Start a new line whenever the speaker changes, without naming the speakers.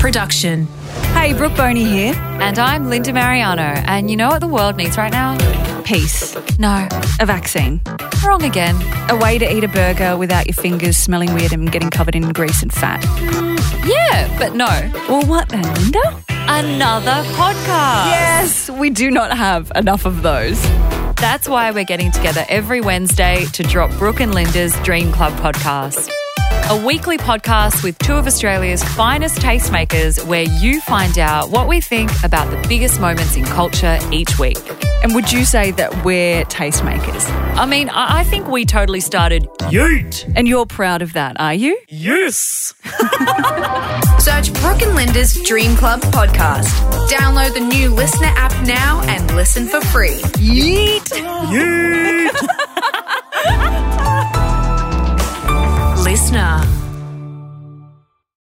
production.
Hey, Brooke Boney here.
And I'm Linda Mariano. And you know what the world needs right now?
Peace.
No,
A vaccine.
wrong again.
A way to eat a burger without your fingers smelling weird and getting covered in grease and fat.
Yeah, but no.
Well, what then, Linda?
Another podcast.
Yes, we do not have enough of those.
That's why we're getting together every Wednesday to drop Brooke and Linda's Dream Club podcast. A weekly podcast with two of Australia's finest tastemakers where you find out what we think about the biggest moments in culture each week.
And would you say that we're tastemakers?
I mean, I, I think we totally started.
Yeet!
And you're proud of that, are you?
Yes!
Search Brooke and Linda's Dream Club podcast. Download the new listener app now and listen for free.
Yeet!
Yeet!
Listener.